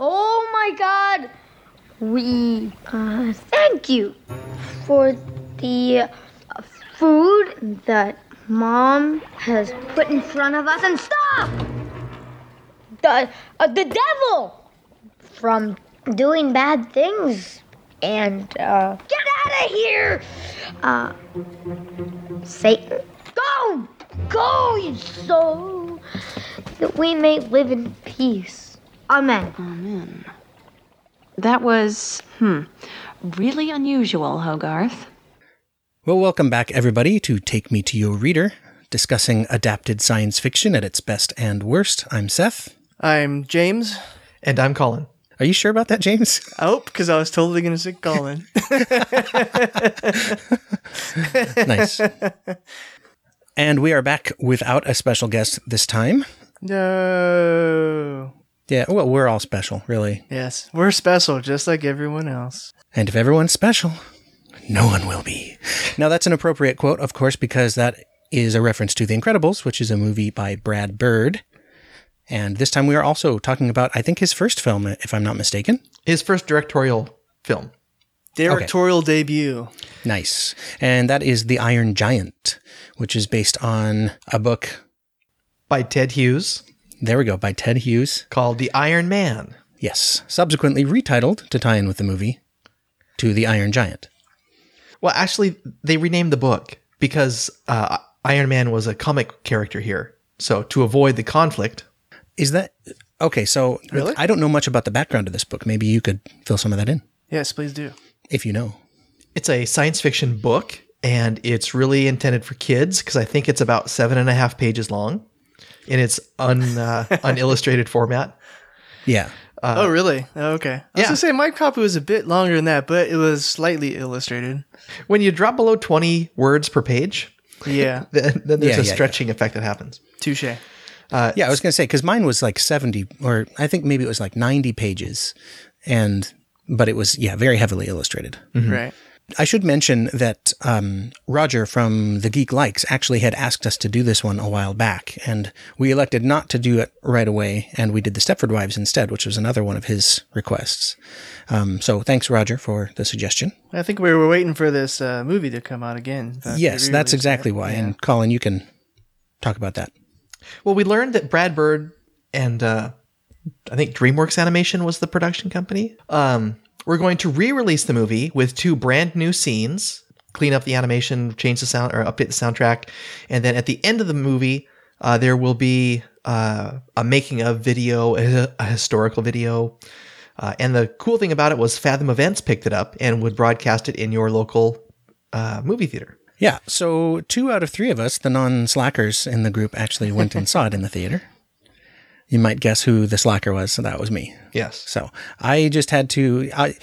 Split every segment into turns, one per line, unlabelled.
Oh my god! We uh, thank you for the uh, food that mom has put in front of us. And stop! The, uh, the devil! From doing bad things. And uh, get out of here! Uh, Satan, go! Go, you soul! That we may live in peace. Amen.
Amen. That was, hmm, really unusual, Hogarth.
Well, welcome back, everybody, to Take Me to Your Reader, discussing adapted science fiction at its best and worst. I'm Seth.
I'm James.
And I'm Colin.
Are you sure about that, James?
Oh, because I was totally going to say Colin.
nice. And we are back without a special guest this time.
no.
Yeah, well, we're all special, really.
Yes, we're special, just like everyone else.
And if everyone's special, no one will be. Now, that's an appropriate quote, of course, because that is a reference to The Incredibles, which is a movie by Brad Bird. And this time we are also talking about, I think, his first film, if I'm not mistaken.
His first directorial film.
Directorial debut.
Nice. And that is The Iron Giant, which is based on a book,
by Ted Hughes
there we go, by Ted Hughes.
called The Iron Man.
Yes, subsequently retitled to tie in with the movie to The Iron Giant.
Well, actually, they renamed the book because uh, Iron Man was a comic character here. So to avoid the conflict,
Is that okay? So
Really?
I don't know much about the background of this book. Maybe you could fill some of that in
Yes, please do.
if you know.
it's a science fiction book and it's really intended for kids because I think it's about seven and a half pages long in its un, uh, unillustrated format.
Yeah.
oh, really? Oh, okay. I was
yeah.
going to say, my copy was a bit longer than that, but it was slightly illustrated.
When you drop below 20 words per page,
Yeah,
then, then there's
Yeah,
a
yeah, yeah.
stretching effect that happens.
touche.
Yeah, I was going to say cuz mine was like 70 or I think maybe it was like 90 pages and but it was yeah, very heavily illustrated.
Right.
I should mention that um, Roger from The Geek Likes actually had asked us to do this one a while back, and we elected not to do it right away, and we did The Stepford Wives instead, which was another one of his requests. Um, so thanks, Roger, for the suggestion.
I think we were waiting for this uh, movie to come out again. but they
yes, that's
re-released it.
exactly why. And Colin, you can talk about that.
Well, we learned that Brad Bird and uh, I think DreamWorks Animation was the production company. Um, we're going to re-release the movie with two brand new scenes, clean up the animation, change the sound, or update the soundtrack, and then at the end of the movie, uh, there will be uh, a making of video, a, a historical video. Uh, and the cool thing about it was Fathom Events picked it up and would broadcast it in your local uh, movie theater.
Yeah, so two out of three of us, the non slackers in the group, actually went and saw it in the theater. You might guess who the slacker was, so that was me.
Yes.
So I just had to. I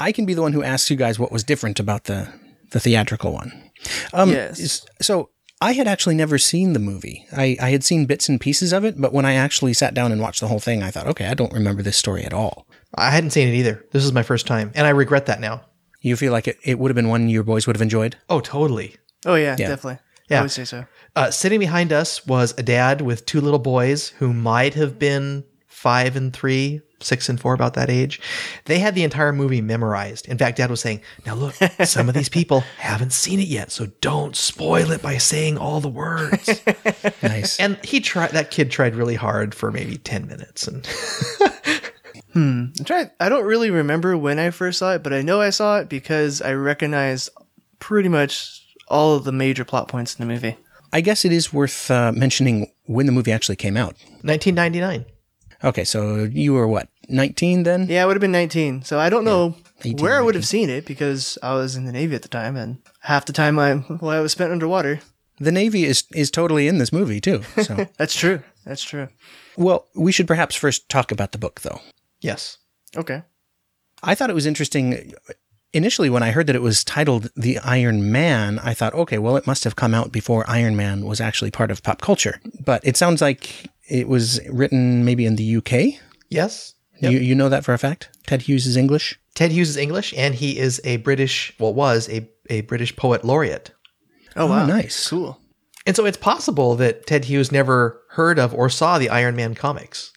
I can be the one who asks you guys what was different about the the theatrical one. Um,
Yes.
s- So I had actually never seen the movie. I I had seen bits and pieces of it, but when I actually sat down and watched the whole thing, I thought, okay, I don't remember this story at all.
I hadn't seen it either. This is my first time, and I regret that now.
You feel like it, it would have been one your boys would have enjoyed?
Oh, totally.
Oh, yeah,
Yeah.
definitely. I
Yeah.
would say so.
Uh, sitting behind us was a dad with two little boys who might have been five and three, six and four, about that age. They had the entire movie memorized. In fact, dad was saying, Now look, some of these people haven't seen it yet, so don't spoil it by saying all the words.
Nice.
and he tried, that kid tried really hard for maybe 10 minutes. And
I'm trying, I don't really remember when I first saw it, but I know I saw it because I recognized pretty much all of the major plot points in the movie.
I guess it is worth uh, mentioning when the movie actually came out.
1999.
Okay, so you were what, 19 then?
Yeah, I would have been 19. So I don't know
18,
where I would have seen it because I was in the Navy at the time and half the time I, well, I was spent underwater.
The Navy is, is totally in this movie too. So,
That's true. That's true.
well, we should perhaps first talk about the book though.
Yes.
Okay.
I thought it was interesting. Initially, when I heard that it was titled The Iron Man, I thought, okay, well, it must have come out before Iron Man was actually part of pop culture. But it sounds like it was written maybe in the UK.
Yes.
You, you know that for a fact? Ted Hughes is English?
Ted Hughes is English, and he is a British, well, was a, a British poet laureate.
Oh, wow.
nice.
Cool.
And so it's possible that Ted Hughes never heard of or saw the Iron Man comics.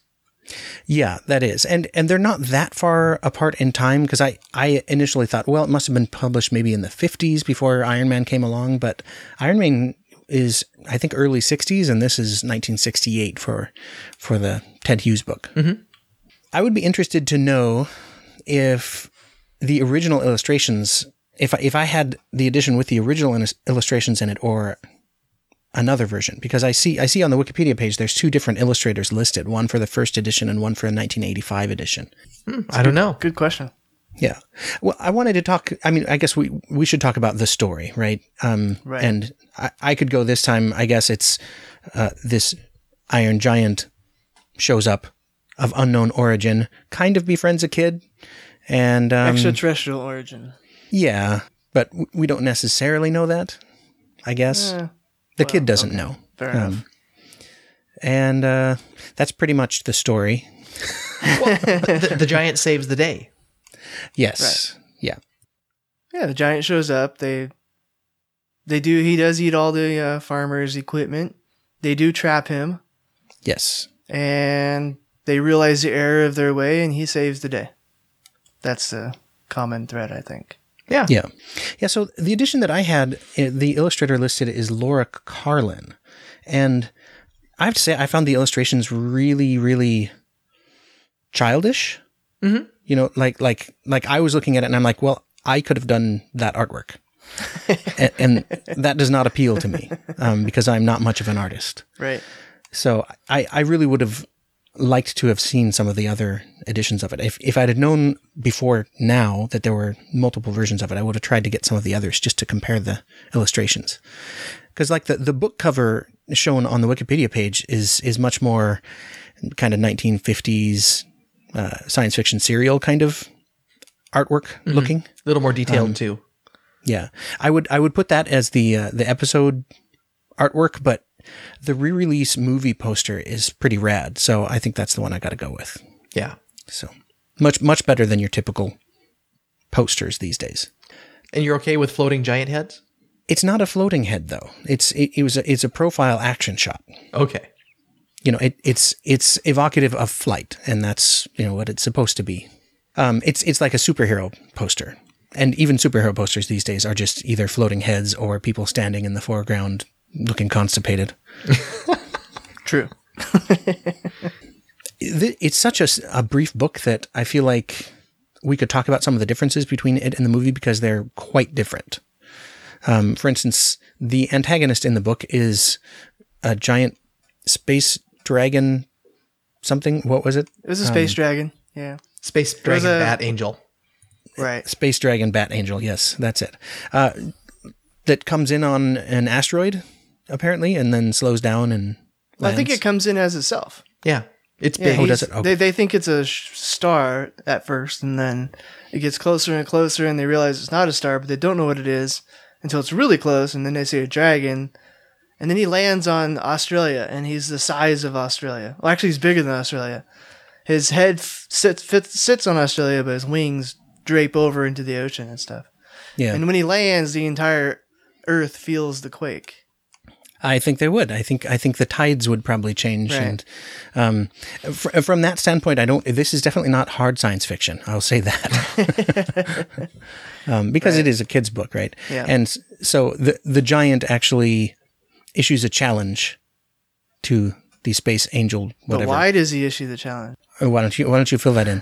Yeah, that is. And and they're not that far apart in time because I I initially thought, well, it must have been published maybe in the 50s before Iron Man came along, but Iron Man is I think early 60s and this is 1968 for for the Ted Hughes book. I would be interested to know if the original illustrations if I, if I had the edition with the original illus- illustrations in it or another version because I see I see on the Wikipedia page there's two different illustrators listed, one for the first edition and one for the 1985 edition.
I don't know.
Good question.
Yeah. Well, I wanted to talk. I mean, I guess we we should talk about the story, right? Um,
Right.
And I, I could go this time. I guess it's uh, this Iron Giant shows up of unknown origin, kind of befriends a kid, and um,
Extraterrestrial origin.
yeah, but w- we don't necessarily know that. I guess the kid doesn't know.
Eh,
Um,
Fair enough.
And uh, that's pretty much the story.
the, the giant saves the day.
Yes. Yeah.
Yeah, the giant shows up. They they do. He does eat all the uh, farmer's equipment. They do trap him,
Yes.
and they realize the error of their way, and he saves the day. That's the common thread, I think.
Yeah.
Yeah. Yeah. So the edition that I had, i- the illustrator listed is Laura Carlin. And I have to say, I found the illustrations really, really childish.
Mhm.
You know, like, like, like I was looking at it and I'm like, well, I could have done that artwork. and, and that does not appeal to me um, because I'm not much of an artist.
Right.
So I, I really would have liked to have seen some of the other editions of it. If, if I'd have known before now that there were multiple versions of it, I would have tried to get some of the others just to compare the illustrations. Because like the, the book cover shown on the Wikipedia page is is much more kind of 1950s uh, science fiction serial kind of artwork looking.
A little more detailed
Um,
too.
Yeah, I would I would put that as the uh, the episode artwork, but the re-release movie poster is pretty rad. So I think that's the one I got to go with.
Yeah.
So much much better than your typical posters these days.
And you're okay with floating giant heads?
It's not a floating head though. It's it, it was a, it's a profile action shot.
Okay.
you know, it, it's it's evocative of flight, and that's you know what it's supposed to be. Um, it's it's like a superhero poster, and even superhero posters these days are just either floating heads or people standing in the foreground looking constipated.
True.
Th- It's such a, s- a brief book that I feel like we could talk about some of the differences between it and the movie because they're quite different. Um, for instance, the antagonist in the book is a giant space dragon, something. What was it?
It was a space dragon. Yeah.
Space
There's
dragon
a-
bat angel.
Right.
Space Dragon Bat Angel. Yes, that's it. Uh, that comes in on an asteroid, apparently, and then slows down and.
I think it comes in as itself.
Yeah. It's
Yeah,
big.
Oh, does
he's-
it? Okay.
They they think it's a sh- star at first, and then it gets closer and closer, and they realize it's not a star, but they don't know what it is until it's really close, and then they see a dragon, and then he lands on Australia, and he's the size of Australia. Well, actually, he's bigger than Australia. His head f- sits fits, sits on Australia, but his wings drape over into the ocean and stuff.
Yeah,
And when he lands, the entire Earth feels the quake.
I think they would. I think I think the tides would probably change, and um, fr- from that standpoint, I don't. This is definitely not hard science fiction. I'll say that um, because it is a kid's book, right?
Yeah.
And s- so the the giant actually issues a challenge to the space angel,
But
whatever.
why does he issue the challenge?
Uh, Why don't you Why don't you fill that in?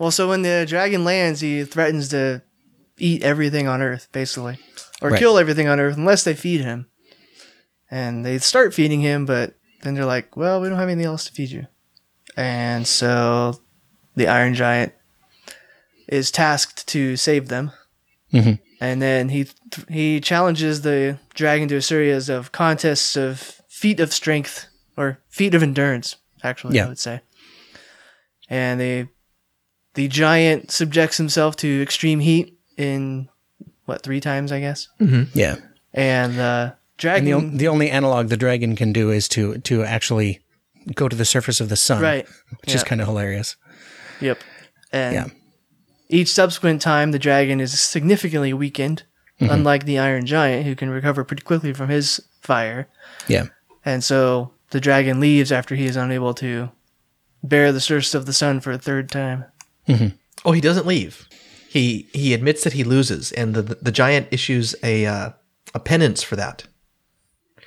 Well, so when the dragon lands, he threatens to eat everything on Earth, basically, or
Right.
kill everything on Earth unless they feed him. And they start feeding him, but then they're like, "Well, we don't have anything else to feed you." And so, the Iron Giant is tasked to save them.
Mhm.
And then he he challenges the dragon to a series of contests of feat of strength or feat of endurance. Actually,
Yeah.
I would say. And they the giant subjects himself to extreme heat in what three times I guess,
Yeah.
and the
And the,
dragon.
on- the only analog the dragon can do is to to actually go to the surface of the sun,
right.
Which is
Yeah.
kind of hilarious.
Yep. And
Yeah.
each subsequent time, the dragon is significantly weakened,
Mm-hmm.
unlike the Iron Giant, who can recover pretty quickly from his fire.
Yeah,
And so the dragon leaves after he is unable to bear the thirst of the sun for a third time.
Oh, he doesn't leave. He he admits that he loses, and the the, giant issues a uh, a penance for that.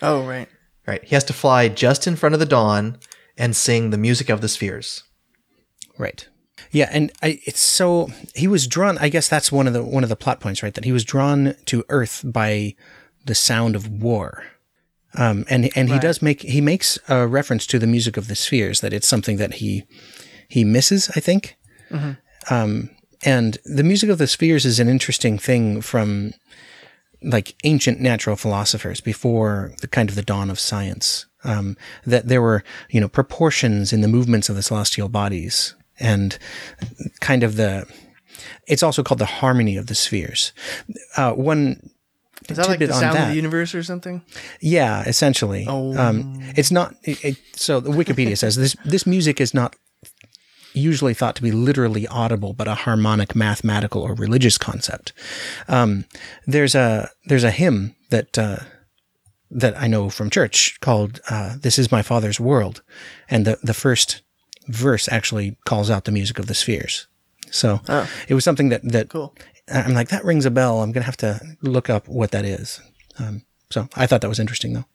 Oh, right.
Right, he has to fly just in front of the dawn and sing the music of the spheres.
Right. Yeah, and I, it's so he was drawn. I guess that's one of the one of the plot points, right? That he was drawn to Earth by the sound of war, um, and and he does make he makes a reference to the music of the spheres that it's something that he he misses, I think.
Mm-hmm.
Um, and the music of the spheres is an interesting thing from like ancient natural philosophers before the kind of the dawn of science um, that there were you know proportions in the movements of the celestial bodies and kind of the it's also called the harmony of the spheres uh, one
Is that like the
tidbit on
sound of
that-
the universe or something?
yeah, essentially. Um, it's not. It, it, so the Wikipedia says this. This music is not usually thought to be literally audible, but a harmonic, mathematical, or religious concept. Um, there's a there's a hymn that uh, that I know from church called uh, "This Is My Father's World," and the the first verse actually calls out the music of the spheres. So it was something that that
Cool.
I- I'm like that rings a bell. I'm gonna have to look up what that is. Um, so I thought that was interesting though.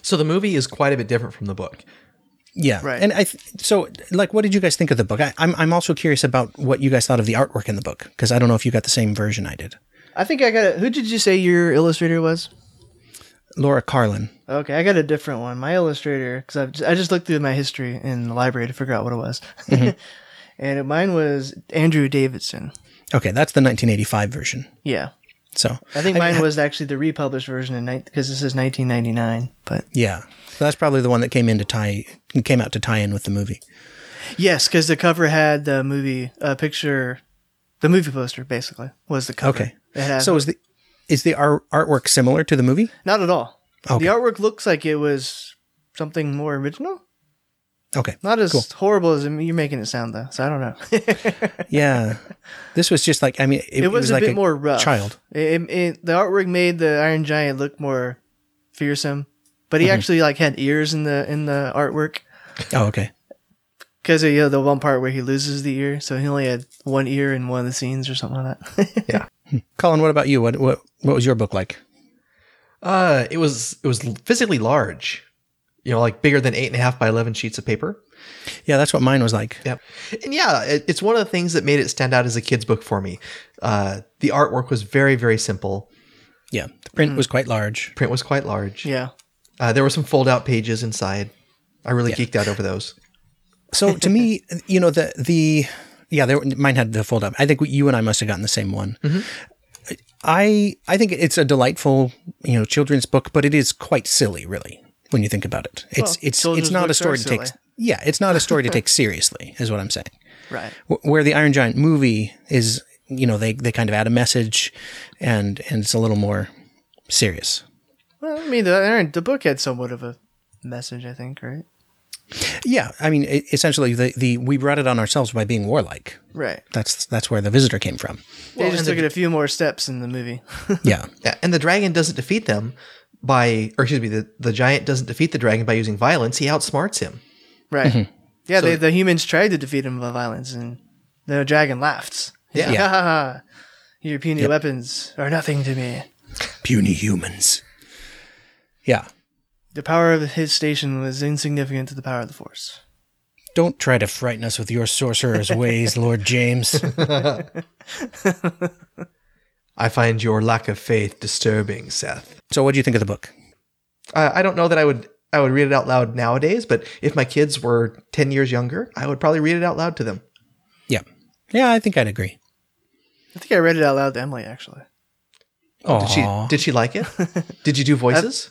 So the movie is quite a bit different from the book.
Yeah,
Right.
And I th- so like, what did you guys think of the book? I, I'm I'm also curious about what you guys thought of the artwork in the book because I don't know if you got the same version I did.
I think I got it. Who did you say your illustrator was?
Laura Carlin.
Okay, I got a different one. My illustrator, because I just looked through my history in the library to figure out what it was. and mine was Andrew Davidson.
Okay, that's the 1985 version.
Yeah.
So
I think mine was actually the republished version in because this is 1999. But
yeah, so that's probably the one that came in to tie came out to tie in with the movie.
yes, because the cover had the movie uh, picture, the movie poster basically was the cover.
Okay.
It had-
So is the is the ar- artwork similar to the movie?
not at all.
Okay.
The artwork looks like it was something more original.
Okay.
Not as horrible as you're making it sound though. So I don't know.
Yeah. this was just like I mean it,
it was, a
like
bit more rough.
child.
It, it- it- the artwork made the Iron Giant look more fearsome, but he actually like had ears in the in the artwork
Oh okay.
because you know the one part where he loses the ear, so he only had one ear in one of the scenes or something like that.
Colin, what about you? What what what was your book like?
Uh, it was it was physically large, you know, like bigger than eight and a half by eleven sheets of paper.
Yeah, that's what mine was like.
Yep. And yeah, it, it's one of the things that made it stand out as a kid's book for me. Uh, the artwork was very very simple.
Yeah, the
Hmm.
print was quite large.
Print was quite large.
yeah,
Uh, there were some fold out pages inside. I really geeked out over those.
So to me, you know, the the yeah, there, mine had the fold up. I think you and I must have gotten the same one.
Mm-hmm.
I I think it's a delightful you know children's book, but it is quite silly, really, when you think about it. It's it's it's
children's
not a
books are
story to take.
silly.
Yeah, it's not a story to take seriously, is what I'm saying.
right.
Wh- Where the Iron Giant movie is, you know, they they kind of add a message, and and it's a little more serious.
Well, I mean the Iron the book had somewhat of a message, I think, right?
Yeah, I mean, e- essentially, the, the we brought it on ourselves by being warlike.
Right.
That's that's where the visitor came from.
They just took it a few more steps in the movie.
Yeah.
Yeah, and the dragon doesn't defeat them by, or excuse me, the, the giant doesn't defeat the dragon by using violence. He outsmarts him.
right. Yeah, they, the humans tried to defeat him by violence, and the dragon laughed. He's
Yeah.
like, "Ha, ha, ha. Your puny weapons are nothing to me.
puny humans. Yeah.
The power of his station was insignificant to the power of the Force.
Don't try to frighten us with your sorcerer's ways, Lord James.
I find your lack of faith disturbing, Seth.
So, what do you think of the book?
Uh, I, I don't know that I would I would read it out loud nowadays, but if my kids were ten years younger, I would probably read it out loud to them.
Yeah. Yeah, I think I'd agree.
I think I read it out loud to Emily, actually.
Oh,
Did she did she like it? did you do voices?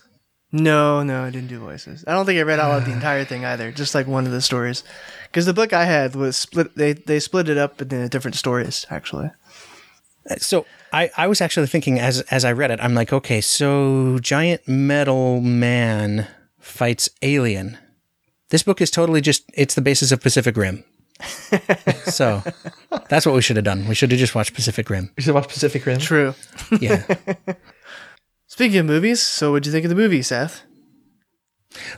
No, no, I didn't do voices. I don't think I read out loud the entire thing either, just like one of the stories. Because the book I had was split, they, they split it up into different stories, actually.
Uh, so I, I was actually thinking as as I read it, I'm like, okay, so giant metal man fights alien. This book is totally just it's the basis of Pacific Rim. so that's what we should have done. We should have just watched Pacific Rim.
You should watch Pacific Rim.
True.
Yeah.
Speaking of movies, so what'd you think of the movie, Seth?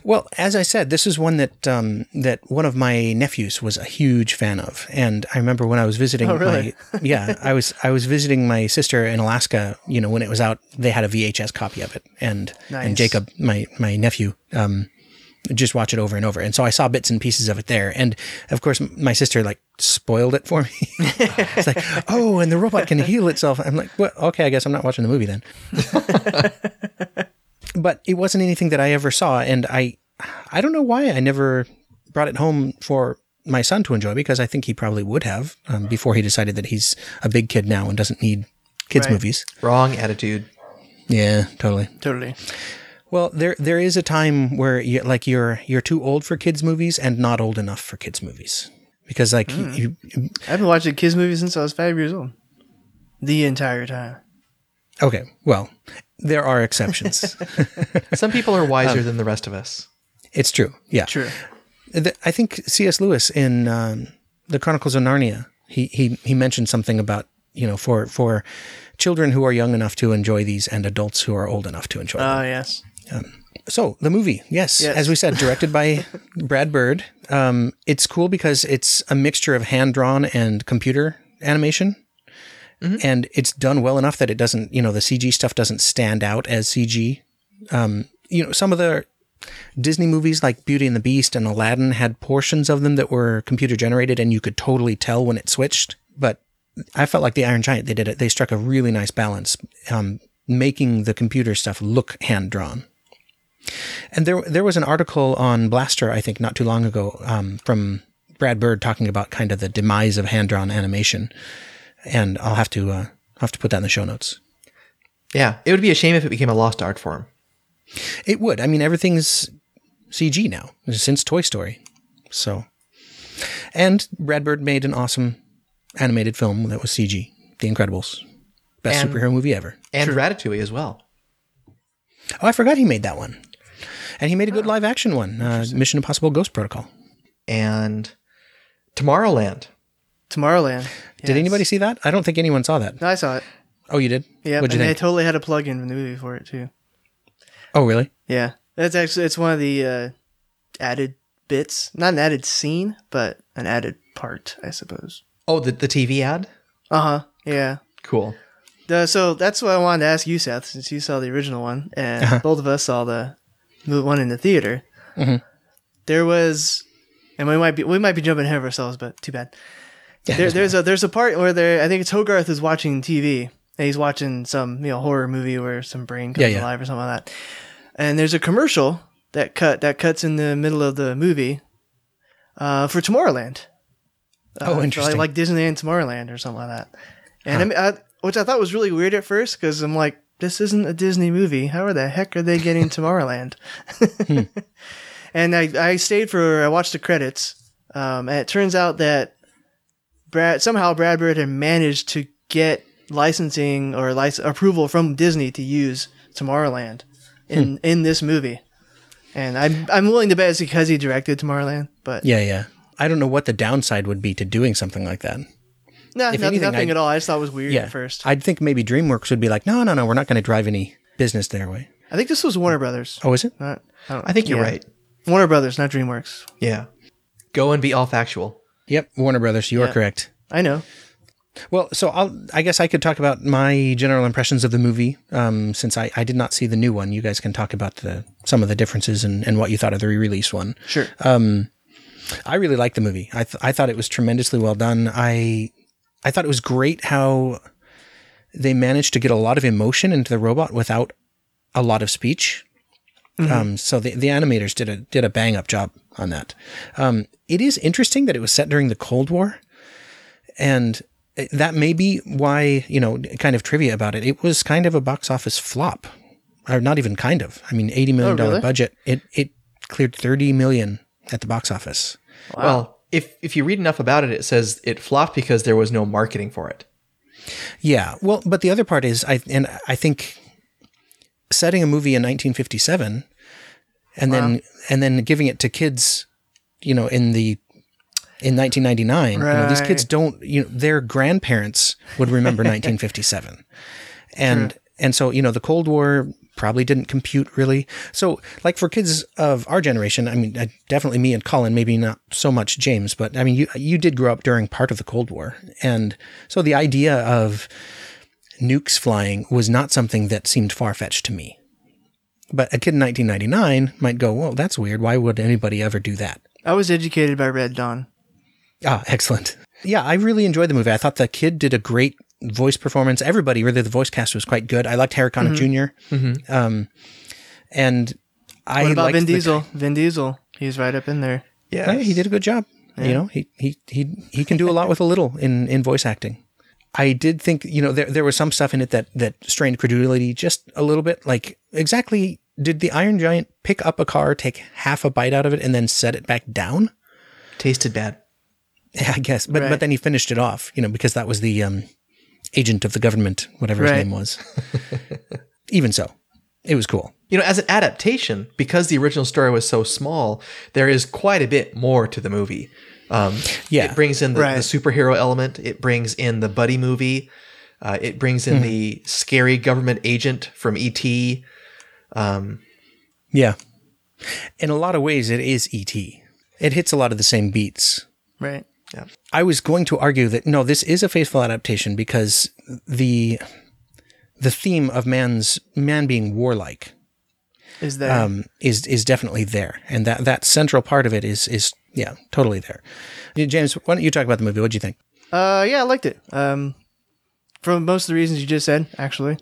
Well, as I said, this is one that um, that one of my nephews was a huge fan of, and I remember when I was visiting.
Oh, really?
my, yeah, I was I was visiting my sister in Alaska. You know, when it was out, they had a VHS copy of it, and
Nice.
and Jacob, my my nephew, um, just watch it over and over. And so I saw bits and pieces of it there, and of course, m- my sister like spoiled it for me. it's like, oh, and the robot can heal itself. I'm like, well, okay, I guess I'm not watching the movie then but it wasn't anything that I ever saw, and I, I don't know why I never brought it home for my son to enjoy because I think he probably would have um, before he decided that he's a big kid now and doesn't need kids
Right.
movies.
Wrong attitude.
Yeah, totally.
Totally.
Well, there there is a time where you like you're you're too old for kids movies and not old enough for kids movies because like you, you-
I've been watching kids movies since I was five years old. The entire time.
okay, well, there are exceptions.
Some people are wiser than the rest of us.
it's true. Yeah.
True.
the, I think C.S. Lewis in um, the Chronicles of Narnia, he he he mentioned something about you know for for children who are young enough to enjoy these and adults who are old enough to enjoy. them.
Oh yes.
So the movie, yes,
Yes.
as we said, directed by Brad Bird. Um, it's cool because it's a mixture of hand drawn and computer animation. And it's done well enough that it doesn't, you know, the CG stuff doesn't stand out as CG. Um, you know, some of the Disney movies like Beauty and the Beast and Aladdin had portions of them that were computer generated and you could totally tell when it switched. But I felt like the Iron Giant, they did it. They struck a really nice balance, um, making the computer stuff look hand drawn. And there, there was an article on Blaster, I think, not too long ago, um, from Brad Bird talking about kind of the demise of hand-drawn animation, and I'll have to, uh, I'll have to put that in the show notes.
Yeah, it would be a shame if it became a lost art form.
It would. I mean, everything's CG now since Toy Story. So, and Brad Bird made an awesome animated film that was CG, The Incredibles, best
And-
superhero movie ever.
And Ratatouille as well.
Oh, I forgot he made that one, and he made a good live action one, uh, Mission Impossible: Ghost Protocol.
And Tomorrowland.
Tomorrowland.
Did
Yes.
anybody see that? I don't think anyone saw that.
No, I saw it.
Oh, you did?
Yeah, and
What'd you
they
think?
totally had a plug in the movie for it too.
oh, really?
Yeah, that's actually it's one of the uh, added bits, not an added scene, but an added part, I suppose.
Oh, the, the TV ad?
Uh huh. Yeah.
Cool.
Uh, so that's what I wanted to ask you, Seth, since you saw the original one, and
Uh-huh.
both of us saw the the one in the theater.
Mm-hmm.
There was, and we might be we might be jumping ahead of ourselves, but too bad. there, there's a there's a part where there I think it's Hogarth is watching TV and he's watching some you know horror movie where some brain comes
Yeah, yeah.
alive or something like that, and there's a commercial that cut that cuts in the middle of the movie, uh, for Tomorrowland. Uh,
Oh,
so
interesting.
Like, like Disneyland Tomorrowland or something like that, and I, mean, I, which I thought was really weird at first because I'm like, this isn't a Disney movie. How the heck are they getting Tomorrowland?
Hmm.
and I, I stayed for I watched the credits, um, and it turns out that Brad somehow Brad Bird had managed to get licensing or license approval from Disney to use Tomorrowland
Hmm.
in in this movie. And I'm I'm willing to bet it's because he directed Tomorrowland, but
Yeah, yeah. I don't know what the downside would be to doing something like that.
no,
if
nothing,
anything,
nothing
I'd-
at all. I just thought it was weird
Yeah.
at first. I,
I'd think maybe DreamWorks would be like, no, no, no, we're not going to drive any business their way.
think this was Warner Brothers.
Oh, is it?
Not, I, don't,
I think you're
yeah.
right.
Warner Brothers, not DreamWorks.
Yeah. Go and be all factual.
Yep, Warner Brothers. You are
Yeah.
correct.
I know.
Well, so I'll, I guess I could talk about my general impressions of the movie um, since I, I did not see the new one. You guys can talk about the, some of the differences and, and what you thought of the re release one.
Sure.
Uh, I really liked the movie. I th- I thought it was tremendously well done. I I thought it was great how they managed to get a lot of emotion into the robot without a lot of speech. Um, so the the animators did a did a bang up job on that. Um, it is interesting that it was set during the Cold War, and it- that may be why you know kind of trivia about it. It was kind of a box office flop, or not even kind of. I mean, eighty million dollar
really?
budget. It it cleared thirty million at the box office.
Well, if, if you read enough about it, it says it flopped because there was no marketing for it.
Yeah. Well, but the other part is I and I think setting a movie in 1957 and then and then giving it to kids, you know, in the in 1999, you know, these kids
Right.
don't, you know, their grandparents would remember 1957. And and so, you know, the Cold War probably didn't compute really. So, like for kids of our generation, I mean, uh, definitely me and Colin, maybe not so much James, but I mean, you you did grow up during part of the Cold War, and so the idea of nukes flying was not something that seemed far fetched to me. But a kid in 1999 might go, "Well, that's weird. Why would anybody ever do that?"
I was educated by Red Dawn.
Ah, excellent. Yeah, I really enjoyed the movie. I thought the kid did a great voice performance. Everybody, really, the voice cast was quite good. I liked Harry
Mm-hmm.
Connick junior Um, and I
What about
liked
Vin
the-
Diesel? Vin Diesel. He's right up in there.
Yeah, he did a good job. You know, he he he he can do a lot with a little in in voice acting. I did think you know there there was some stuff in it that that strained credulity just a little bit. Like exactly, did the Iron Giant pick up a car, take half a bite out of it, and then set it back down?
Tasted bad.
Yeah, I guess. But but
Right.
then he finished it off, you know, because that was the um, agent of the government, whatever
Right.
his name was. Even so, it was cool.
You know, as an adaptation, because the original story was so small, there is quite a bit more to the movie. Um,
Yeah.
It brings in the,
Right.
the superhero element, it brings in the buddy movie, uh, it brings
Hmm.
in the scary government agent from E E.T.
Yeah. In a lot of ways, it is ET. It hits a lot of the same beats.
Right.
I was going to argue that no, this is a faithful adaptation because the the theme of man's man being warlike
Is there?
um, is is definitely there, and that that central part of it is is yeah totally there. James, why don't you talk about the movie? What do you think?
Uh, yeah, I liked it. Um, for most of the reasons you just said, actually,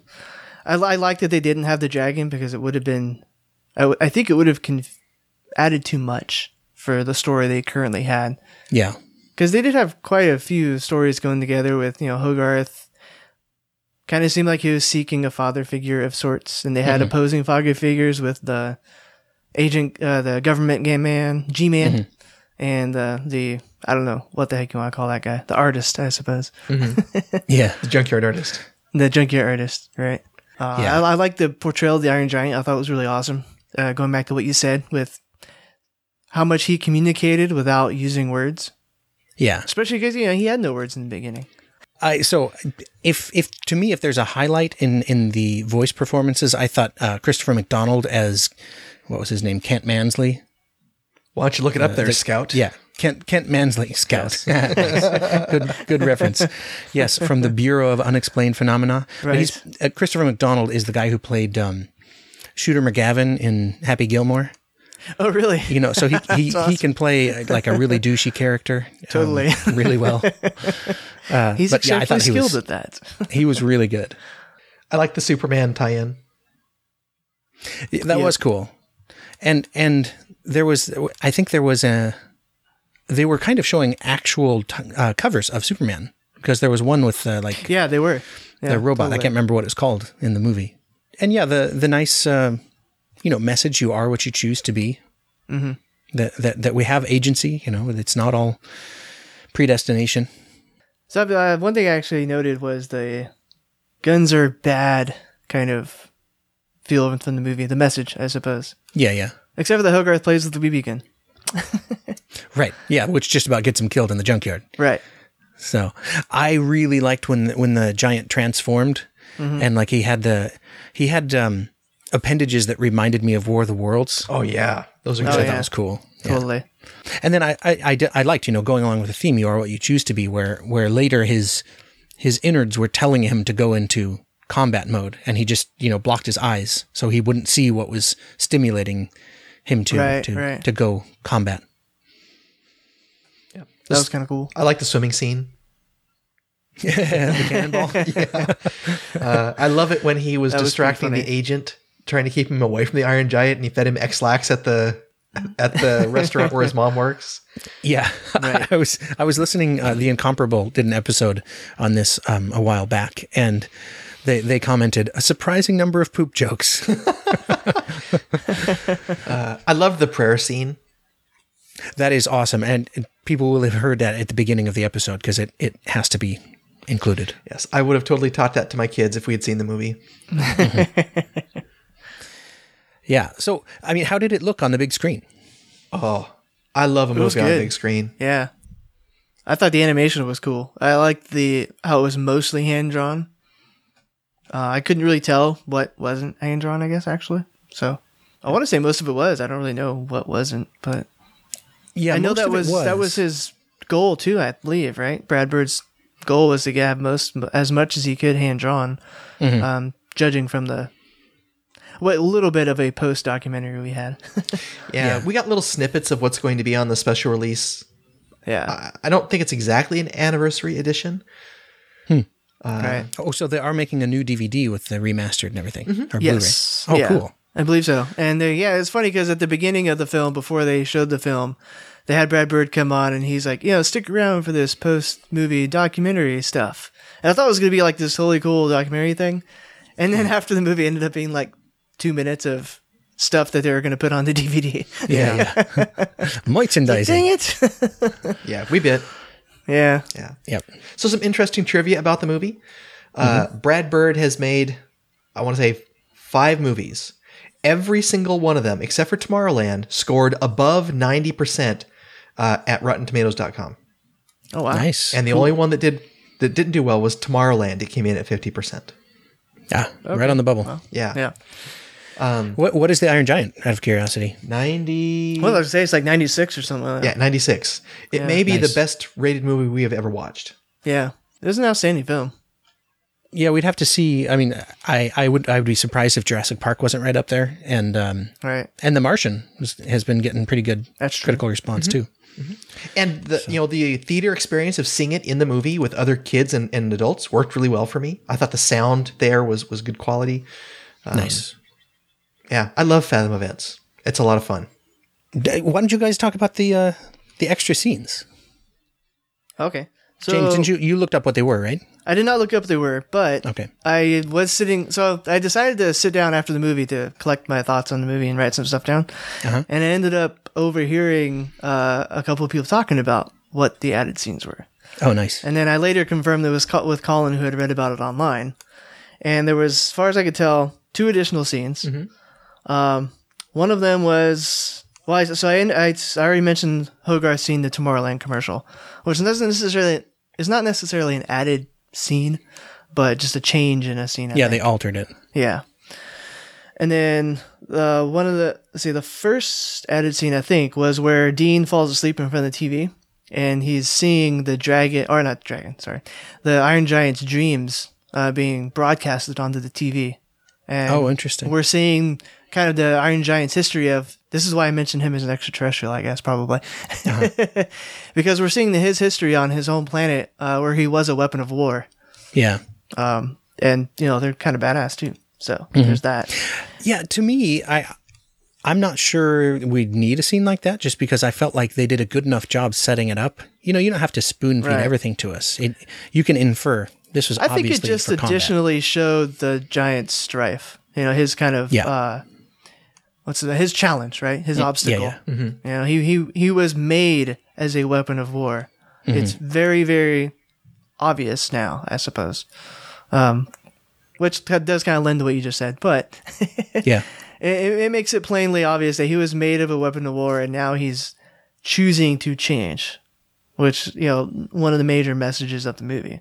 I, I like that they didn't have the dragon because it would have been, I, w- I think it would have conf- added too much for the story they currently had
Yeah,
because they did have quite a few stories going together with you know Hogarth. Kind of seemed like he was seeking a father figure of sorts, and they had opposing father figures with the agent, uh, the government game man, G man, and uh, the I don't know what the heck you want to call that guy, the artist, I suppose,
yeah.
The junkyard artist.
the junkyard artist, right? Uh,
Yeah.
I, I like the portrayal of the Iron Giant. I thought it was really awesome. Uh, going back to what you said with how much he communicated without using words,
Yeah.
especially because you know he had no words in the beginning.
I so if if to me if there's a highlight in in the voice performances, I thought uh, Christopher McDonald as what was his name Kent Mansley.
Why don't you look it up there,
Uh, the-
Scout?
Yeah, Kent Kent Mansley Scout. good good reference. Yes, from the Bureau of Unexplained Phenomena. But he's, uh, Christopher McDonald is the guy who played um, Shooter McGavin in Happy Gilmore.
Oh, really?
You know, so he he, he can play uh, like a really douchey character um,
Totally.
really well. but
He's
yeah, I
exceptionally
thought he
skilled
was-
at that.
He was really good.
I like the Superman tie in.
Yeah, that was cool and and there was i think there was a they were kind of showing actual t- uh, covers of superman because there was one with uh, like
Yeah, they were. Yeah,
the robot i
totally.
can't remember what it's called in the movie and yeah the the nice uh, you know message you are what you choose to be mm-hmm. that, that that we have agency you know it's not all predestination
So uh, one thing I actually noted was the guns are bad kind of feel from the movie, the message, I suppose.
yeah yeah
Except for the Hogarth plays with the BB gun.
right yeah which just about gets him killed in the junkyard
Right.
So I really liked when when the giant transformed,
Mm-hmm.
and like he had the he had um, appendages that reminded me of War of the Worlds.
Oh, yeah. Those are
which
good.
I
yeah.
thought was cool. Yeah.
Totally.
And then I I, I, di- I liked you know going along with the theme you are what you choose to be where where later his his innards were telling him to go into combat mode and he just you know blocked his eyes so he wouldn't see what was stimulating him to
Right,
to
right.
to go combat.
That was kind of cool.
I like the swimming scene.
the cannonball.
Uh, I love it when he was
was pretty
distracting the
funny.
agent, trying to keep him away from the Iron Giant, and he fed him X-Lax at the at the restaurant where his mom works.
Yeah, I was I was listening. Uh, the Incomparable did an episode on this um, a while back, and they they commented a surprising number of poop jokes.
I love the prayer scene.
that is awesome, and people will have heard that at the beginning of the episode because it it has to be included.
Yes, I would have totally taught that to my kids if we had seen the movie.
Yeah. So I mean, how did it look on the big screen?
Oh, I love a
was
movie on a
good.
big screen.
Yeah. I thought the animation was cool. I liked the how it was mostly hand drawn. Uh, I couldn't really tell what wasn't hand drawn, I guess, actually. So I want to say most of it was. I don't really know what wasn't, but
Yeah,
I know
most
that
of it
was, that was his goal too, I believe, right? Brad Bird's goal was to have most as much as he could hand drawn,
Mm-hmm.
um, judging from the what little bit of a post documentary we had.
Yeah, we got little snippets of what's going to be on the special release.
yeah,
I- I don't think it's exactly an anniversary edition.
right.
Oh, so they are making a new DVD with the remastered and everything. Or
Yes.
Blu-ray.
Yeah,
Oh, cool.
I believe so. And they, yeah, it's funny because at the beginning of the film, before they showed the film, they had Brad Bird come on and he's like, you know, stick around for this post movie documentary stuff. And I thought it was going to be like this totally cool documentary thing. And
Hmm.
then after the movie ended up being like two minutes of stuff that they were going to put on the DVD.
Yeah. yeah. Merchandising.
Dang it.
Yeah, we bit.
yeah.
Yeah.
Yep.
So some interesting trivia about the movie. Uh,
Mm-hmm.
Brad Bird has made, I want to say, five movies. Every single one of them, except for Tomorrowland, scored above ninety percent uh, at RottenTomatoes.com.
Oh, wow.
Nice.
And the only one that did that didn't do well was Tomorrowland. It came in at fifty percent.
ah, right on the bubble.
Yeah,
Yeah.
What What is the Iron Giant? Out of curiosity.
ninety.
Well, I was gonna say it's like 96 or something. Like that.
yeah, ninety six. It may be
Nice.
the best rated movie we have ever watched.
Yeah. It was an outstanding film.
Yeah, we'd have to see. I mean, I, I would I would be surprised if Jurassic Park wasn't right up there, and um,
Right.
and The Martian was, has been getting pretty good
That's true.
critical response too.
And the you know the theater experience of seeing it in the movie with other kids and, and adults worked really well for me. I thought the sound there was was good quality. Um,
nice.
Yeah, I love Fathom events. It's a lot of fun.
D- Why don't you guys talk about the uh, the extra scenes?
Okay. So,
James, didn't you you looked up what they were, right?
I did not look up they were, but
Okay.
I was sitting. So I decided to sit down after the movie to collect my thoughts on the movie and write some stuff down. And I ended up overhearing uh, a couple of people talking about what the added scenes were.
Oh, nice.
And then I later confirmed that it was co- with Colin, who had read about it online. And there was, as far as I could tell, two additional scenes. Um, one of them was well, I, so I, I, I already mentioned Hogarth seeing the Tomorrowland commercial, which doesn't necessarily is not necessarily an added scene, but just a change in a scene. I
Yeah,
think.
they altered it.
Yeah. And then uh, one of the let's see the first added scene I think was where Dean falls asleep in front of the TV and he's seeing the dragon or not dragon sorry the Iron Giant's dreams uh, being broadcasted onto the TV. And
Oh, interesting.
We're seeing kind of the Iron Giant's history of this is why I mentioned him as an extraterrestrial I guess probably
Uh-huh.
because we're seeing the, his history on his home planet uh, where he was a weapon of war
Yeah.
and you know they're kind of badass too. So
Mm-hmm.
there's that.
Yeah, to me, I I'm not sure we'd need a scene like that just because I felt like they did a good enough job setting it up. You know, you don't have to spoon feed
Right.
everything to us. It, you can infer this was
I
obviously
think it just
for combat.
additionally showed the giant strife. You know, his kind of
Yeah.
uh what's it, his challenge, right? His obstacle.
yeah. Mm-hmm.
You know, he he he was made as a weapon of war.
Mm-hmm.
It's very very obvious now, I suppose. Um which that does kind of lend to what you just said, but
Yeah.
it, it makes it plainly obvious that he was made of a weapon of war and now he's choosing to change, which, you know, one of the major messages of the movie,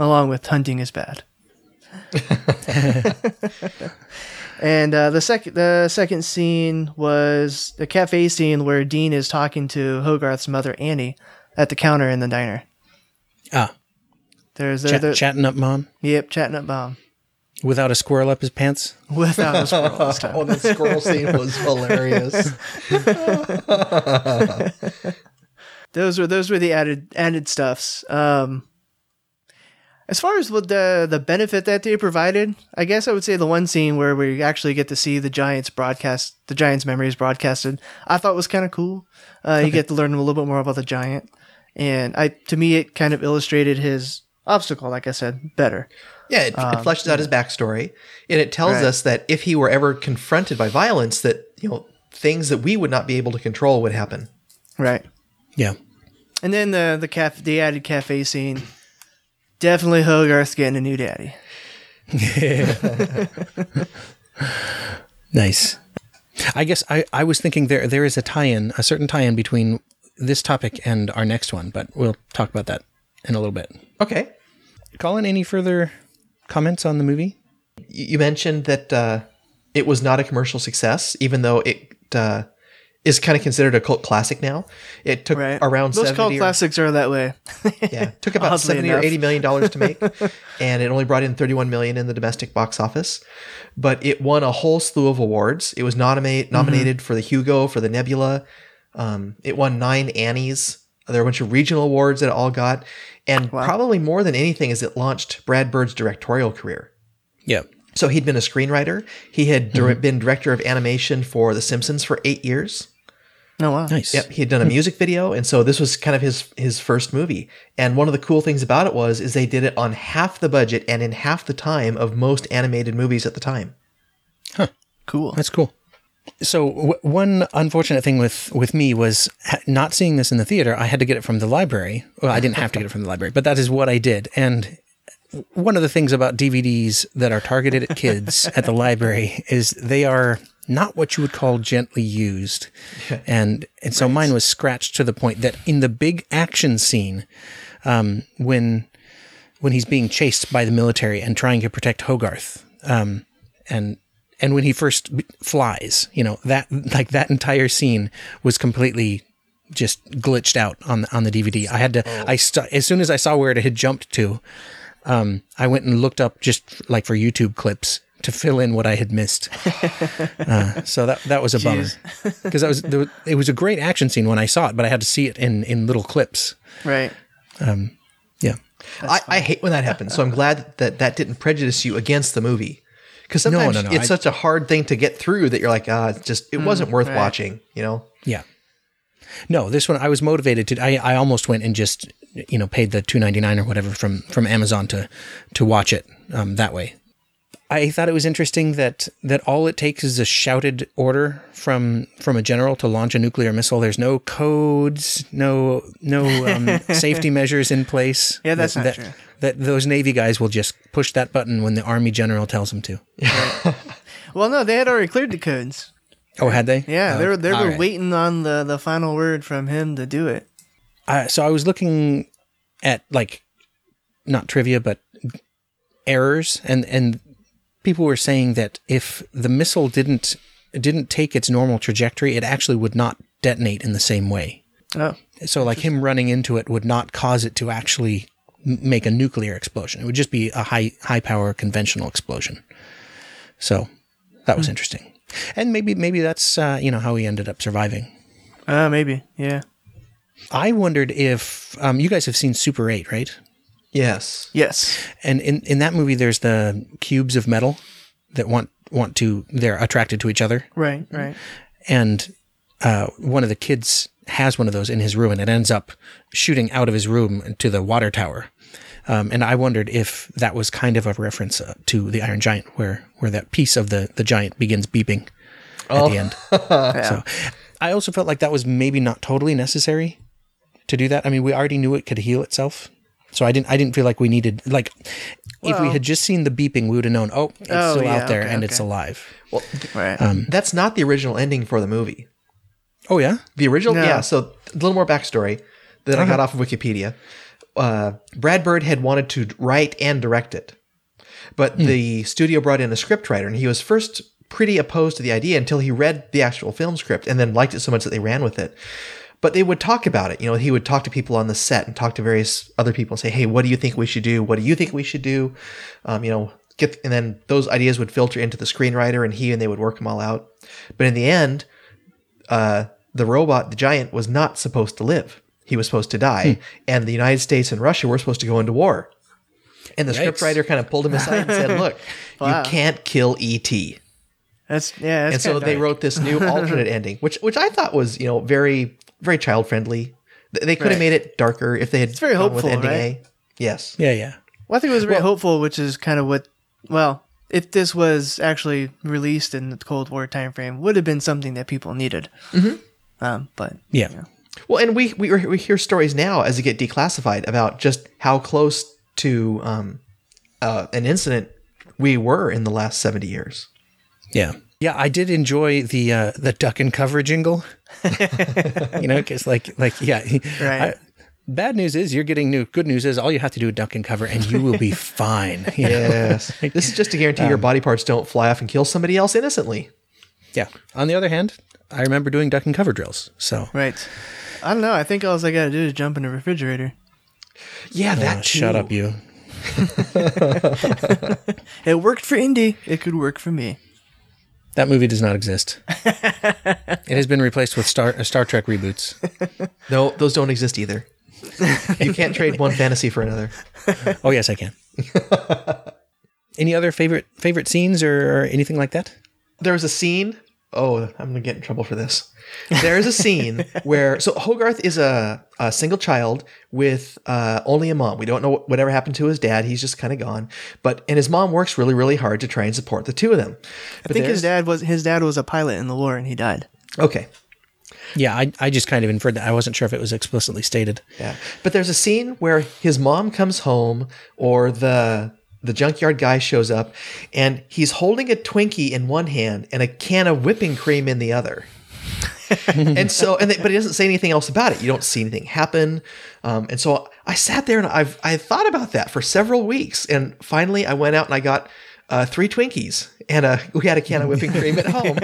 along with hunting is bad. and uh, the second the second scene was the cafe scene where Dean is talking to Hogarth's mother Annie at the counter in the diner.
Ah,
There's
chat,
there,
chatting up mom
yep chatting up bomb
without a squirrel up his pants.
without a squirrel this time.
Oh, the squirrel scene was hilarious.
those were those were the added added stuffs. Um, as far as what the the benefit that they provided, I guess I would say the one scene where we actually get to see the Giants broadcast the Giants' memories broadcasted, I thought was kind of cool. Uh, You get to learn a little bit more about the Giant, and I to me it kind of illustrated his obstacle, like I said, better.
Yeah, it, it fleshes out his backstory, and it tells
Um, Right.
us that if he were ever confronted by violence, that you know things that we would not be able to control would happen.
Right.
Yeah.
And then the the caf the added cafe scene, definitely Hogarth getting a new daddy.
Nice. I guess I, I was thinking there there is a tie-in, a certain tie-in between this topic and our next one, but we'll talk about that in a little bit.
Okay.
Colin, any further comments on the movie?
you you mentioned that uh, it was not a commercial success, even though it uh, is kind of considered a cult classic now. It took
Right.
around
Those cult
70 or-
classics are that way.
yeah, took about
Oddly
seventy
enough.
or eighty million dollars to make, and it only brought in thirty-one million in the domestic box office. But it won a whole slew of awards. It was
Mm-hmm.
nominate, nominated for the Hugo, for the Nebula. Um, it won nine Annies. There were a bunch of regional awards that it all got, and probably more than anything is it launched Brad Bird's directorial career.
Yeah.
So he'd been a screenwriter. He had dir-
Mm-hmm.
been director of animation for The Simpsons for eight years.
No, Oh, wow.
Nice.
Yep, he had
Hmm.
done a music video, and so this was kind of his his first movie. And one of the cool things about it was is they did it on half the budget and in half the time of most animated movies at the time.
Cool.
That's cool. So w- one unfortunate thing with with me was ha- not seeing this in the theater. I had to get it from the library. Well, I didn't have to get it from the library, but that is what I did. And one of the things about DVDs that are targeted at kids at the library is they are not what you would call gently used. And and so mine was scratched to the point that in the big action scene um, when when he's being chased by the military and trying to protect Hogarth. Um, and and when he first b- flies, you know that like that entire scene was completely just glitched out on the, on the DVD. I had to I st- as soon as I saw where it had jumped to, um, I went and looked up just like for YouTube clips to fill in what I had missed. uh, so that that was a bummer because I was there, was- it was a great action scene when I saw it, but I had to see it in in little clips.
Right.
Yeah.
I, I hate when that happens, so I'm glad that that didn't prejudice you against the movie. Because
no,
sometimes
no,
it's
I- Hmm,
such a hard thing to get through that you're like, ah, it's just it wasn't worth watching. You know,
Yeah. No, this one I was motivated to. I, I almost went and just you know paid the two ninety nine or whatever from from Amazon to to watch it um, that way. I thought it was interesting that that all it takes is a shouted order from from a general to launch a nuclear missile. There's no codes, no no um, safety measures in place.
Yeah, that's
that, that,
not true.
That those Navy guys will just push that button when the Army general tells them to.
Well, no, they had already cleared the codes.
Oh, had they?
Yeah, they were they
all
were
right.
waiting on the the final word from him to do it.
uh, so I was looking at like not trivia but errors and and people were saying that if the missile didn't didn't take its normal trajectory it actually would not detonate in the same way
Oh,
so like him running into it would not cause it to actually m- make a nuclear explosion it would just be a high high power conventional explosion so that was interesting and maybe maybe that's uh, you know how he ended up surviving
uh, maybe. Yeah.
i wondered if um, you guys have seen super 8 right
yes,
Yes.
And in, in that movie, there's the cubes of metal that want want to they're attracted to each other.
Right. Right.
And uh, one of the kids has one of those in his room, and it ends up shooting out of his room to the water tower. Um, and I wondered if that was kind of a reference uh, to the Iron Giant, where where that piece of the the giant begins beeping at the end. So I also felt like that was maybe not totally necessary to do that. I mean, we already knew it could heal itself. So I didn't. I didn't feel like we needed like if we had just seen the beeping, we would have known. Oh, it's
Oh,
still
yeah,
out there
okay,
and
okay.
it's alive.
Right.
that's not the original ending for the movie.
Oh yeah,
The original,
No.
yeah. So a little more backstory that I got off of Wikipedia. Uh, Brad Bird had wanted to write and direct it, but the studio brought in a scriptwriter, and he was first pretty opposed to the idea until he read the actual film script and then liked it so much that they ran with it. But they would talk about it. You know, he would talk to people on the set and talk to various other people and say, "Hey, what do you think we should do? What do you think we should do?" Um, you know, get and then those ideas would filter into the screenwriter, and he and they would work them all out. But in the end, uh, the robot, the giant, was not supposed to live. He was supposed to die, and the United States and Russia were supposed to go into war. And the
Yikes.
scriptwriter kind of pulled him aside and said, "Look, you can't kill E ET."
that's yeah. That's
And so
kinda
they
dark.
wrote this new alternate ending, which which I thought was you know very very child friendly. They, they could have made it darker if they had. It's
very hopeful,
with ending
right?
A. Yes.
yeah, yeah.
Well, I think it was very hopeful, which is kind of what. Well, if this was actually released in the Cold War timeframe, would have been something that people needed. Mm-hmm. Um, but
Yeah.
Well, and we we, we hear stories now as they get declassified about just how close to um, uh, an incident we were in the last seventy years.
Yeah. Yeah, I did enjoy the uh, the duck and cover jingle. you know, because like like yeah, he- I,
Right.
Bad news is you're getting new. Good news is all you have to do is duck and cover, and you will be fine. you know?
Yes. this is just to guarantee
Um,
your body parts don't fly off and kill somebody else innocently.
Yeah. On the other hand, I remember doing duck and cover drills. So
Right. I don't know. I think all I got to do is jump in a refrigerator.
Yeah, that
Oh,
Uh, shut
too.
up, you.
It worked for Indy. It could work for me.
That movie does not exist. it has been replaced with Star uh, Star Trek reboots.
No, those don't exist either. you can't trade one fantasy for another.
Oh yes, I can. Any other favorite favorite scenes or, or anything like that?
There was a scene. Oh, I'm gonna get in trouble for this. There is a scene where so Hogarth is a, a single child with uh, only a mom. We don't know whatever happened to his dad. He's just kind of gone. But and his mom works really really hard to try and support the two of them.
I think his dad was his dad was a pilot in the war and he died.
Okay,
Yeah, I, I just kind of inferred that. I wasn't sure if it was explicitly stated.
Yeah. But there's a scene where his mom comes home or the the junkyard guy shows up and he's holding a Twinkie in one hand and a can of whipping cream in the other. and so and they, but he doesn't say anything else about it. You don't see anything happen. Um, and so I sat there and I've I thought about that for several weeks and finally I went out and I got uh, three Twinkies and uh we had a can of whipping cream at home.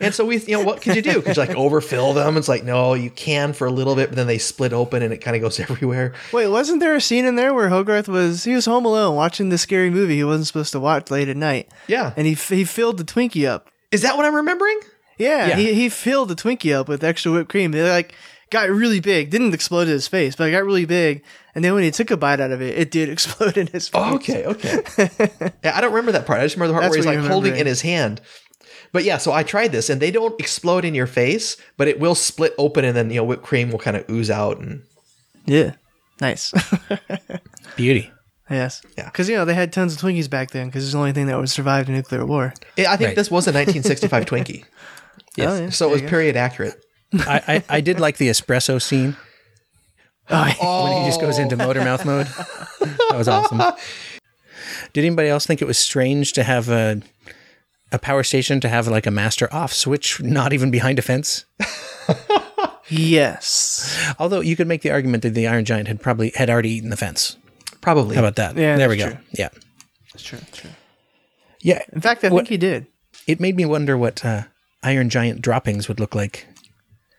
And so we, you know, what could you do? Could you like overfill them? It's like, no, you can for a little bit, but then they split open and it kind of goes everywhere.
Wait, wasn't there a scene in there where Hogarth was he was home alone watching this scary movie he wasn't supposed to watch late at night?
Yeah.
and he f- he filled the Twinkie up.
Is that what I'm remembering?
Yeah,
Yeah.
He, he filled the Twinkie up with extra whipped cream. They like got really big. Didn't explode in his face, but it got really big. And then when he took a bite out of it, it did explode in his face.
Oh, okay, okay. yeah, I don't remember that part. I just remember the part
That's
where he's
what
like
you're
holding
remembering.
in his hand. But yeah, so I tried this and they don't explode in your face, but it will split open and then, you know, whipped cream will kind of ooze out and
Yeah, nice.
Beauty.
yes.
Yeah.
Because you know they had tons of Twinkies back then because it's the only thing that would survive a nuclear war.
Yeah, I think
Right. Oh,
this was a 1965 Twinkie.
Yes.
So it was period accurate.
I, I, I did like the espresso scene
Oh,
when he just goes into motor mouth mode. That was awesome. Did anybody else think it was strange to have a a power station to have like a master off switch not even behind a fence?
Yes.
Although you could make the argument that the Iron Giant had probably had already eaten the fence.
Probably.
How about that?
Yeah,
there we go.
that's true.
Yeah.
That's true. That's true.
Yeah.
In fact, I think
What-
he did.
it made me wonder what uh, iron giant droppings would look like.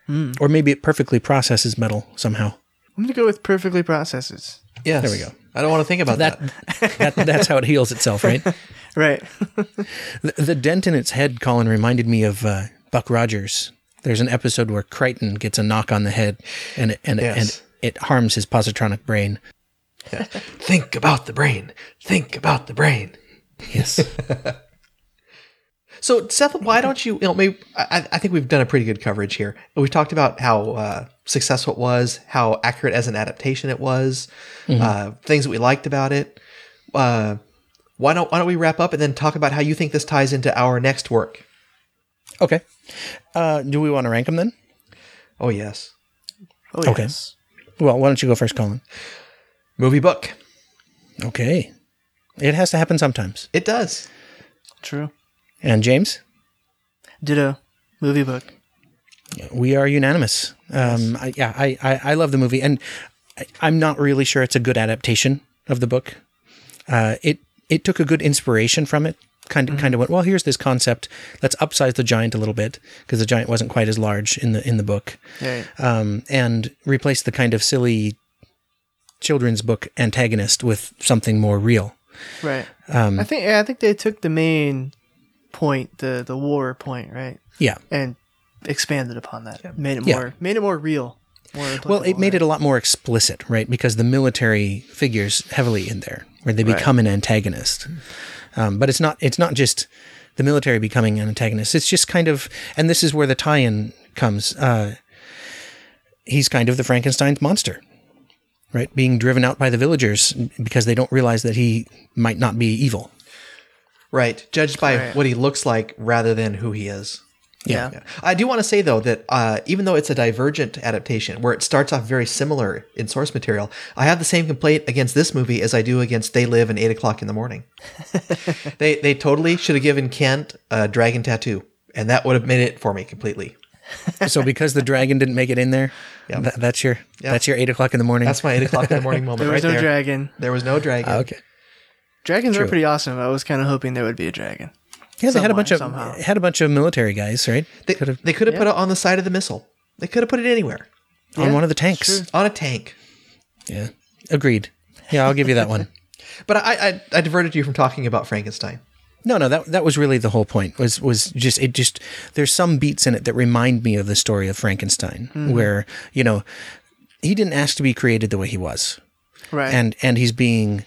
Hmm.
Or maybe it perfectly processes metal somehow.
I'm gonna go with perfectly processes.
Yes.
There we go.
I don't want to think about
That,
that.
that that's how it heals itself, right?
Right.
The, the dent in its head, Colin, reminded me of uh, Buck Rogers. There's an episode where Crichton gets a knock on the head, and it- and it-
Yes.
and it harms his positronic brain.
Think about the brain. Think about the brain.
Yes.
So Seth, why don't you? you know, maybe I, I think we've done a pretty good coverage here. We've talked about how uh, successful it was, how accurate as an adaptation it was, uh, things that we liked about it. Uh, why don't Why don't we wrap up and then talk about how you think this ties into our next work?
okay. Uh, do we want to rank them then?
Oh yes,
Oh,
Okay.
yes.
Well, why don't you go first, Colin?
movie book.
Okay. It has to happen sometimes.
It does.
True.
And James?
Ditto. Movie book.
We are unanimous. Um, I, yeah, I, I, I love the movie, and I, I'm not really sure it's a good adaptation of the book. Uh, it it took a good inspiration from it. Kind of kind of went well. Here's this concept. Let's upsize the giant a little bit because the giant wasn't quite as large in the in the book,
Yeah.
um, and replace the kind of silly children's book antagonist with something more real.
Right.
um,
I think yeah, I think they took the main point, the the war point, right,
Yeah.
and expanded upon that. Made it
Yeah.
more made it more real. More
Well, it made it a lot more explicit, right? Because the military figures heavily in there, where they become an antagonist. Um, but it's not it's not just the military becoming an antagonist. It's just kind of, and this is where the tie-in comes. Uh, he's kind of the Frankenstein's monster, right? Being driven out by the villagers because they don't realize that he might not be evil.
Right, judged by
Right.
what he looks like rather than who he is.
yeah.
Yeah. I do want to say though that uh, even though it's a divergent adaptation where it starts off very similar in source material, I have the same complaint against this movie as I do against They Live and Eight O'clock in the Morning. they they totally should have given Kent a dragon tattoo, and that would have made it for me completely.
So because the dragon didn't make it in there,
Yep.
Th- that's your that's your eight o'clock in the morning.
That's my eight o'clock in the morning moment
There
right
was no
there.
dragon.
There was no dragon.
okay.
Dragons are
True.
pretty awesome. I was kind of hoping there would be a dragon.
Yeah, they had a
Somewhere,
bunch of
somehow.
had a bunch of military guys, right?
They could
Could've-
have put it on the side of the missile. They could have put it anywhere
on one of the tanks.
on a tank.
Yeah, agreed. Yeah, I'll give you that one.
But I, I, I diverted you from talking about Frankenstein.
No, no, that that was really the whole point. Was was just it just there's some beats in it that remind me of the story of Frankenstein, where you know he didn't ask to be created the way he was,
Right.
and and he's being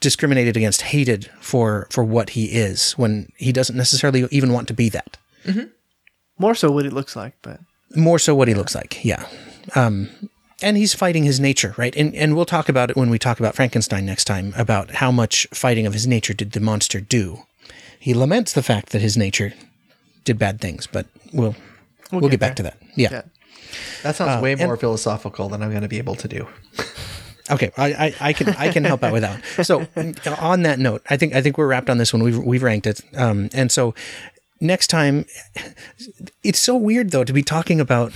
discriminated against, hated for for what he is when he doesn't necessarily even want to be that.
More so what it looks like, but
more so what he looks like yeah um and he's fighting his nature right and and we'll talk about it when we talk about frankenstein next time about how much fighting of his nature did the monster do he laments the fact that his nature did bad things but we'll we'll, get,
get
back to that yeah,
yeah.
That sounds way more philosophical than I'm going to be able to do.
okay I, I i can i can help out with that one. so on that note i think i think we're wrapped on this one we've we've ranked it um and so next time it's so weird though to be talking about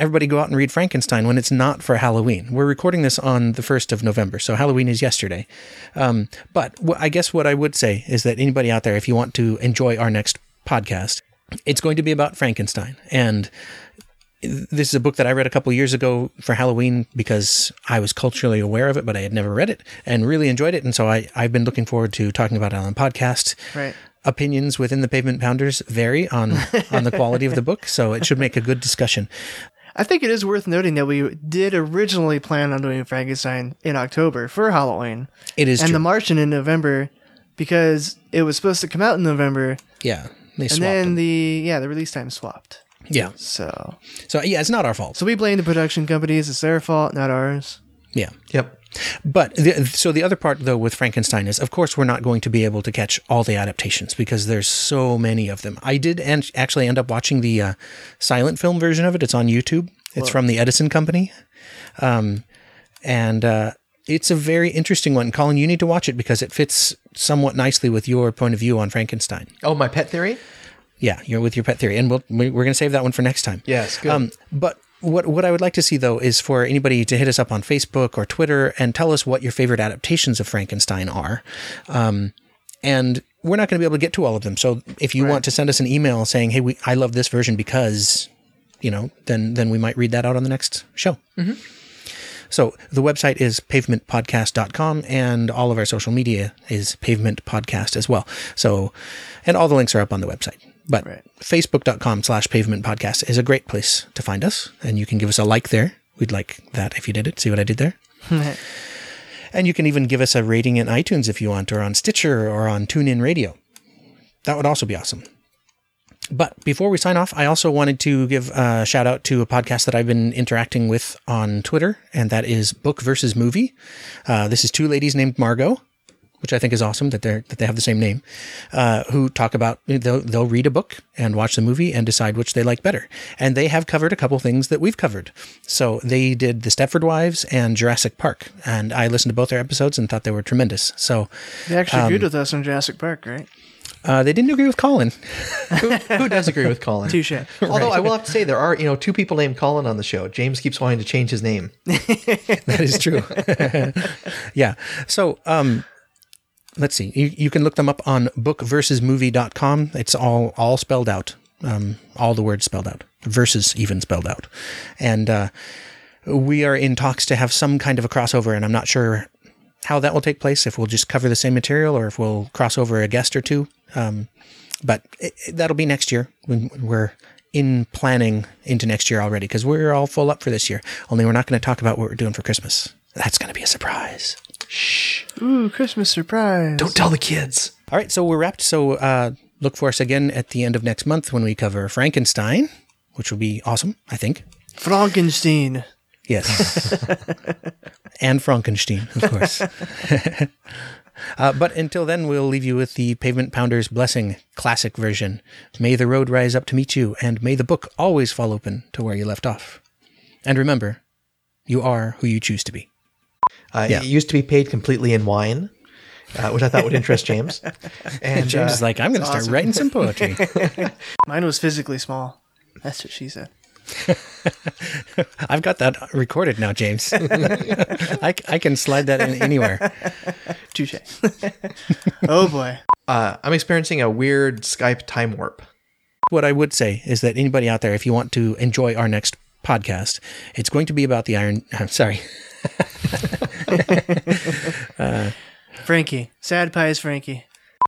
everybody go out and read Frankenstein when it's not for Halloween. We're recording this on the 1st of November, so Halloween is yesterday. Um, but wh- I guess what I would say is that anybody out there, if you want to enjoy our next podcast, it's going to be about Frankenstein. And this is a book that I read a couple years ago for Halloween because I was culturally aware of it, but I had never read it and really enjoyed it. And so I, I've been looking forward to talking about it on the podcast
Right.
opinions within the pavement pounders vary on on the quality of the book so it should make a good discussion
I think it is worth noting that we did originally plan on doing Frankenstein in October for Halloween
it is
and
true.
The Martian in November because it was supposed to come out in November
yeah they
and
swapped
then
them.
the yeah, the release time swapped.
yeah
So
so yeah it's not our fault
so we blame the production companies. It's their fault, not ours.
yeah
Yep.
But the, so the other part, though, with Frankenstein is, of course, we're not going to be able to catch all the adaptations because there's so many of them. I did and actually end up watching the uh, silent film version of it. It's on YouTube. It's from the Edison Company, um, and uh, it's a very interesting one. Colin, you need to watch it because it fits somewhat nicely with your point of view on Frankenstein.
Oh, my pet theory?
Yeah, you're with your pet theory, and we'll, we- we're going to save that one for next time.
Yes, good.
Um, but what what I would like to see though is for anybody to hit us up on Facebook or Twitter and tell us what your favorite adaptations of Frankenstein are. Um, and we're not going to be able to get to all of them. So if you want to send us an email saying, "Hey, we I love this version because," you know, then then we might read that out on the next show. So the website is pavementpodcast.com and all of our social media is pavement podcast as well. So, and all the links are up on the website. But
Right.
facebook.com slash pavement podcast is a great place to find us. And you can give us a like there. We'd like that if you did it. See what I did there? and you can even give us a rating in iTunes if you want, or on Stitcher or on TuneIn Radio. That would also be awesome. But before we sign off, I also wanted to give a shout out to a podcast that I've been interacting with on Twitter, and that is Book versus Movie. Uh, this is two ladies named Margot, which I think is awesome that they're that they have the same name, uh, who talk about they'll, they'll read a book and watch the movie and decide which they like better. And they have covered a couple things that we've covered. So they did The Stepford Wives and Jurassic Park, and I listened to both their episodes and thought they were tremendous. So
They actually
Um,
agreed with us on Jurassic Park, right?
uh, they didn't agree with Colin.
Who, who does agree with Colin?
Touche.
Although I will have to say there are, you know, two people named Colin on the show. James keeps wanting to change his name.
that is true. yeah. So, um, let's see. You, you can look them up on bookversusmovie.com. It's all all spelled out. Um, all the words spelled out. Versus even spelled out. And uh, we are in talks to have some kind of a crossover, and I'm not sure how that will take place. If we'll just cover the same material, or if we'll cross over a guest or two. Um, but it, it- that'll be next year when we're in planning into next year already because we're all full up for this year. Only we're not going to talk about what we're doing for Christmas. That's going to be a surprise.
Ooh, Christmas surprise.
Don't tell the kids.
All right, so we're wrapped. So uh, look for us again at the end of next month when we cover Frankenstein, which will be awesome, I think.
Frankenstein.
Yes. and Frankenstein, of course. uh, but until then, we'll leave you with the Pavement Pounder's Blessing classic version. May the road rise up to meet you, and may the book always fall open to where you left off. And remember, you are who you choose to be.
Uh,
Yeah.
It used to be paid completely in wine, uh, which I thought would interest James. And
James
uh,
is like, I'm going to start writing some poetry.
Mine was physically small. That's what she said.
I've got that recorded now, James. I, c- I can slide that in anywhere.
Touche. oh boy.
Uh, I'm experiencing a weird Skype time warp.
What I would say is that anybody out there, if you want to enjoy our next podcast, it's going to be about the Iron. I'm sorry.
Frankie. Sad pies Frankie.